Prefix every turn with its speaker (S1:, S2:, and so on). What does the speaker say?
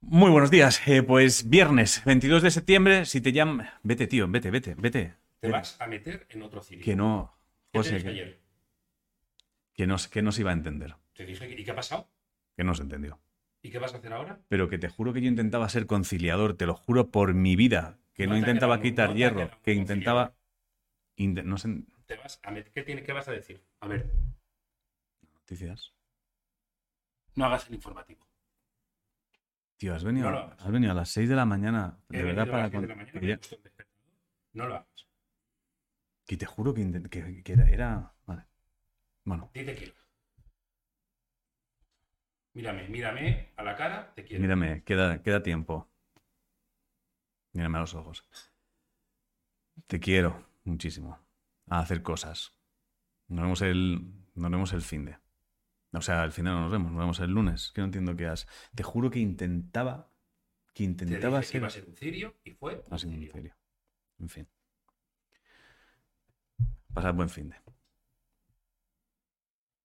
S1: Muy buenos días. Eh, pues viernes 22 de septiembre, si te llaman... Vete, tío, vete, vete, vete.
S2: Te vas a meter en otro cilindro.
S1: Que no...
S2: ¿Qué
S1: José,
S2: te dije
S1: que,
S2: ayer?
S1: que no, que no se iba a entender.
S2: Te dije, que- ¿y qué ha pasado?
S1: Que no se entendió.
S2: ¿Y qué vas a hacer ahora?
S1: Pero que te juro que yo intentaba ser conciliador, te lo juro por mi vida. Que
S2: No
S1: no,
S2: te ha
S1: intentaba
S2: quedado muy-
S1: quitar
S2: no te ha
S1: hierro,
S2: quedado
S1: que
S2: muy
S1: intentaba... inte- no sé...
S2: Te vas a met- ¿Qué, tiene- ¿Qué vas a decir? A ver,
S1: Noticias.
S2: no hagas el informativo.
S1: Tío, has venido,
S2: No lo hagas.
S1: has venido a las 6 de la mañana.
S2: He
S1: De verdad,
S2: venido a
S1: para...
S2: las diez de la
S1: con-
S2: mañana,
S1: que
S2: me
S1: ya-
S2: he puesto el despertador. No lo hagas.
S1: Que te juro que, intent- que- que era, era- Vale. Bueno,
S2: Di te quiero. Mírame, mírame a la cara, te quiero.
S1: mírame, queda, queda tiempo. Mírame a los ojos. Te quiero muchísimo. A hacer cosas. Nos vemos el. Nos vemos el fin de. O sea, al final no nos vemos, nos vemos el lunes. Que no entiendo qué has. Te juro que intentaba. Que
S2: te dije
S1: intentaba
S2: que
S1: ser.
S2: iba a ser un cirio y fue
S1: Ha
S2: un
S1: sido un
S2: cirio.
S1: cirio. En fin. Pasad buen fin de.